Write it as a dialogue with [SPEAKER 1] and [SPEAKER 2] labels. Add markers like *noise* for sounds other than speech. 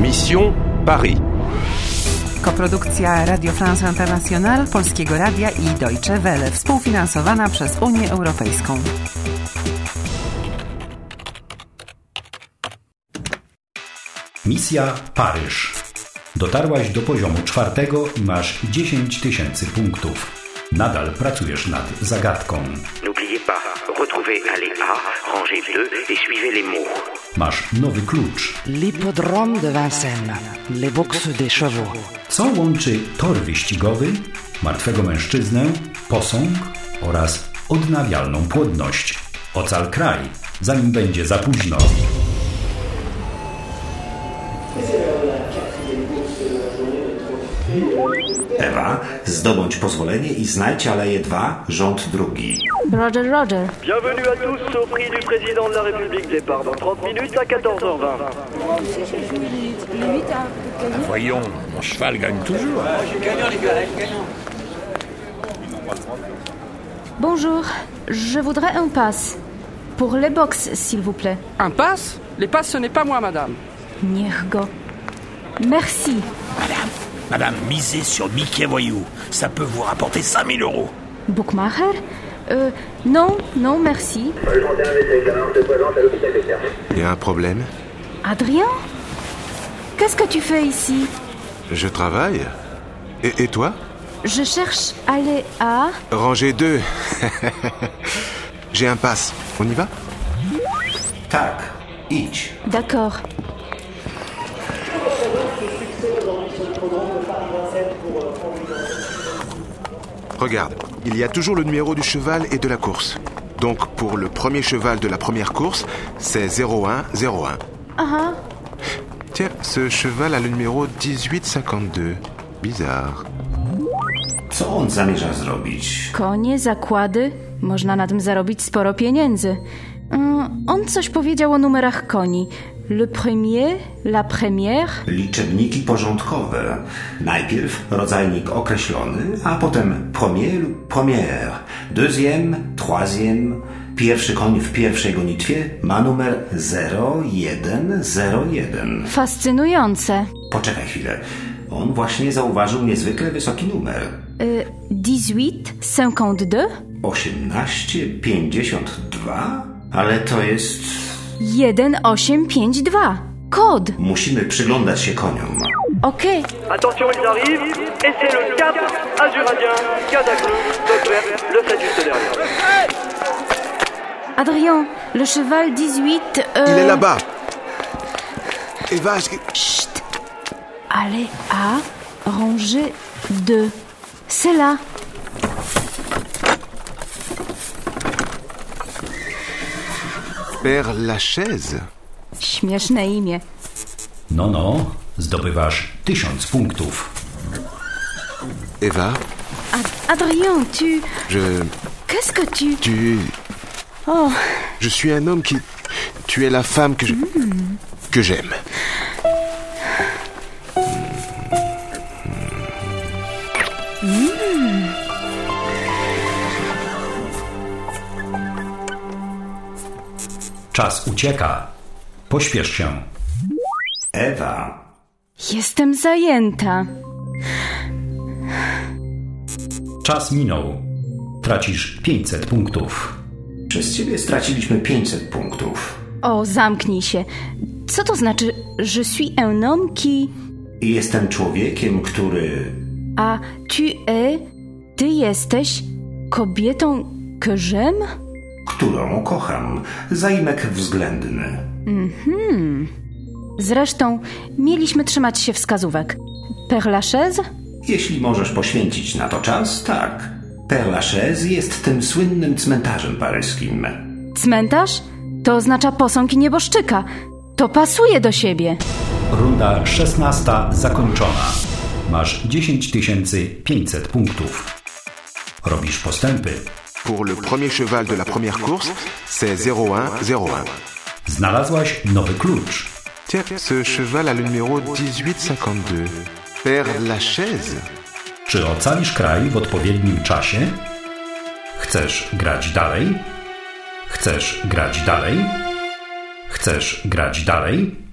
[SPEAKER 1] Mission Paris.
[SPEAKER 2] Koprodukcja Radio France International, Polskiego Radia i Deutsche Welle, współfinansowana przez Unię Europejską.
[SPEAKER 3] Misja Paryż. Dotarłaś do poziomu czwartego i masz 10 tysięcy punktów. Nadal pracujesz nad zagadką.
[SPEAKER 4] N'oubliez pas, retrouvez allée A, rangée 2 et suivez les mots.
[SPEAKER 3] Masz nowy klucz.
[SPEAKER 5] L'hippodrome de Vincennes. Les boxes des chevaux.
[SPEAKER 3] Co łączy tor wyścigowy, martwego mężczyznę, posąg oraz odnawialną płodność? Ocal kraj, zanim będzie za późno.
[SPEAKER 6] Ewa, zdobądź pozwolenie i znajdź Aleję 2, rząd drugi.
[SPEAKER 7] Roger, Roger.
[SPEAKER 8] Bienvenue à tous au prix du président de la République. Départ dans 30 minutes à 14h20.
[SPEAKER 9] Voyons, mon cheval gagne toujours.
[SPEAKER 7] Bonjour, je voudrais un pass. Pour les box, s'il vous plaît.
[SPEAKER 10] Un pass Les passes, ce n'est pas moi, madame.
[SPEAKER 7] Nirgo. Merci.
[SPEAKER 9] Madame, misez sur Mickey Voyou. Ça peut vous rapporter 5000 euros.
[SPEAKER 7] Bookmacher Euh, non, non, merci.
[SPEAKER 11] Il y a un problème
[SPEAKER 7] Adrien Qu'est-ce que tu fais ici
[SPEAKER 11] Je travaille. Et, et toi
[SPEAKER 7] Je cherche aller à...
[SPEAKER 11] Rangée 2. *laughs* J'ai un pass. On y va
[SPEAKER 6] Tak, idź.
[SPEAKER 7] D'accord.
[SPEAKER 11] Regarde, il y a toujours le numéro du cheval et de la course. Donc pour le premier cheval de la première course, c'est 0101.
[SPEAKER 7] Ah, ah.
[SPEAKER 11] Tiens, ce cheval a le numéro 1852. Bizarre.
[SPEAKER 6] Co on zamierza zrobić?
[SPEAKER 7] Konie, zakłady. Można na tym zarobić sporo pieniędzy. Mm, on coś powiedział o numerach koni. Le premier, la première.
[SPEAKER 6] Liczebniki porządkowe. Najpierw rodzajnik określony, a potem premier lub premier. Deuxième, troisième. Pierwszy koń w pierwszej gonitwie ma numer 0101.
[SPEAKER 7] Fascynujące.
[SPEAKER 6] Poczekaj chwilę. On właśnie zauważył niezwykle wysoki numer.
[SPEAKER 7] Y, 18,
[SPEAKER 6] 1852?
[SPEAKER 7] 52,
[SPEAKER 6] Ale to jest...
[SPEAKER 7] 1852. Kod.
[SPEAKER 6] Musimy przyglądać się koniom.
[SPEAKER 7] Okej.
[SPEAKER 8] Attention, ils arrivent. Et c'est le cap azuradien, Cadaglou, Leclerc, le 7 juste derrière.
[SPEAKER 7] Adrien, le cheval 18. euh,
[SPEAKER 11] Il est là-bas. Eva, est-ce que-
[SPEAKER 7] Chut. Allez à rangée 2. C'est là.
[SPEAKER 11] Père Lachaise
[SPEAKER 7] Śmieszne imię.
[SPEAKER 3] No, no, zdobywasz 1000 punktów.
[SPEAKER 11] Eva,
[SPEAKER 7] Ad- Adrien, tu.
[SPEAKER 11] je...
[SPEAKER 7] Qu'est-ce que tu.
[SPEAKER 11] Tu...
[SPEAKER 7] Oh,
[SPEAKER 11] Je suis un homme qui... Tu es la femme que je... Que j'aime.
[SPEAKER 3] Czas ucieka. Pośpiesz się.
[SPEAKER 6] Ewa,
[SPEAKER 7] jestem zajęta.
[SPEAKER 3] Czas minął. Tracisz 500 punktów.
[SPEAKER 6] przez ciebie straciliśmy 500 punktów.
[SPEAKER 7] O, zamknij się. Co to znaczy, je suis un homme qui.
[SPEAKER 6] I Jestem człowiekiem, który...
[SPEAKER 7] A tu es, ty jesteś kobietą, que j'aime?
[SPEAKER 6] którą kocham. Zaimek względny.
[SPEAKER 7] Zresztą mieliśmy trzymać się wskazówek. Père Lachaise?
[SPEAKER 6] Jeśli możesz poświęcić na to czas, tak. Père Lachaise jest tym słynnym cmentarzem paryskim.
[SPEAKER 7] Cmentarz? To oznacza posąg i nieboszczyka. To pasuje do siebie.
[SPEAKER 3] Runda 16 zakończona. Masz 10500 punktów. Robisz postępy.
[SPEAKER 11] Pour le premier cheval de la première course, c'est 0101.
[SPEAKER 3] Znalazłaś nowy klucz.
[SPEAKER 11] Tiens, ce cheval a le numéro 1852. Père Lachaise
[SPEAKER 3] Czy ocalisz kraj w odpowiednim czasie? Chcesz grać dalej? Chcesz grać dalej? Chcesz grać dalej?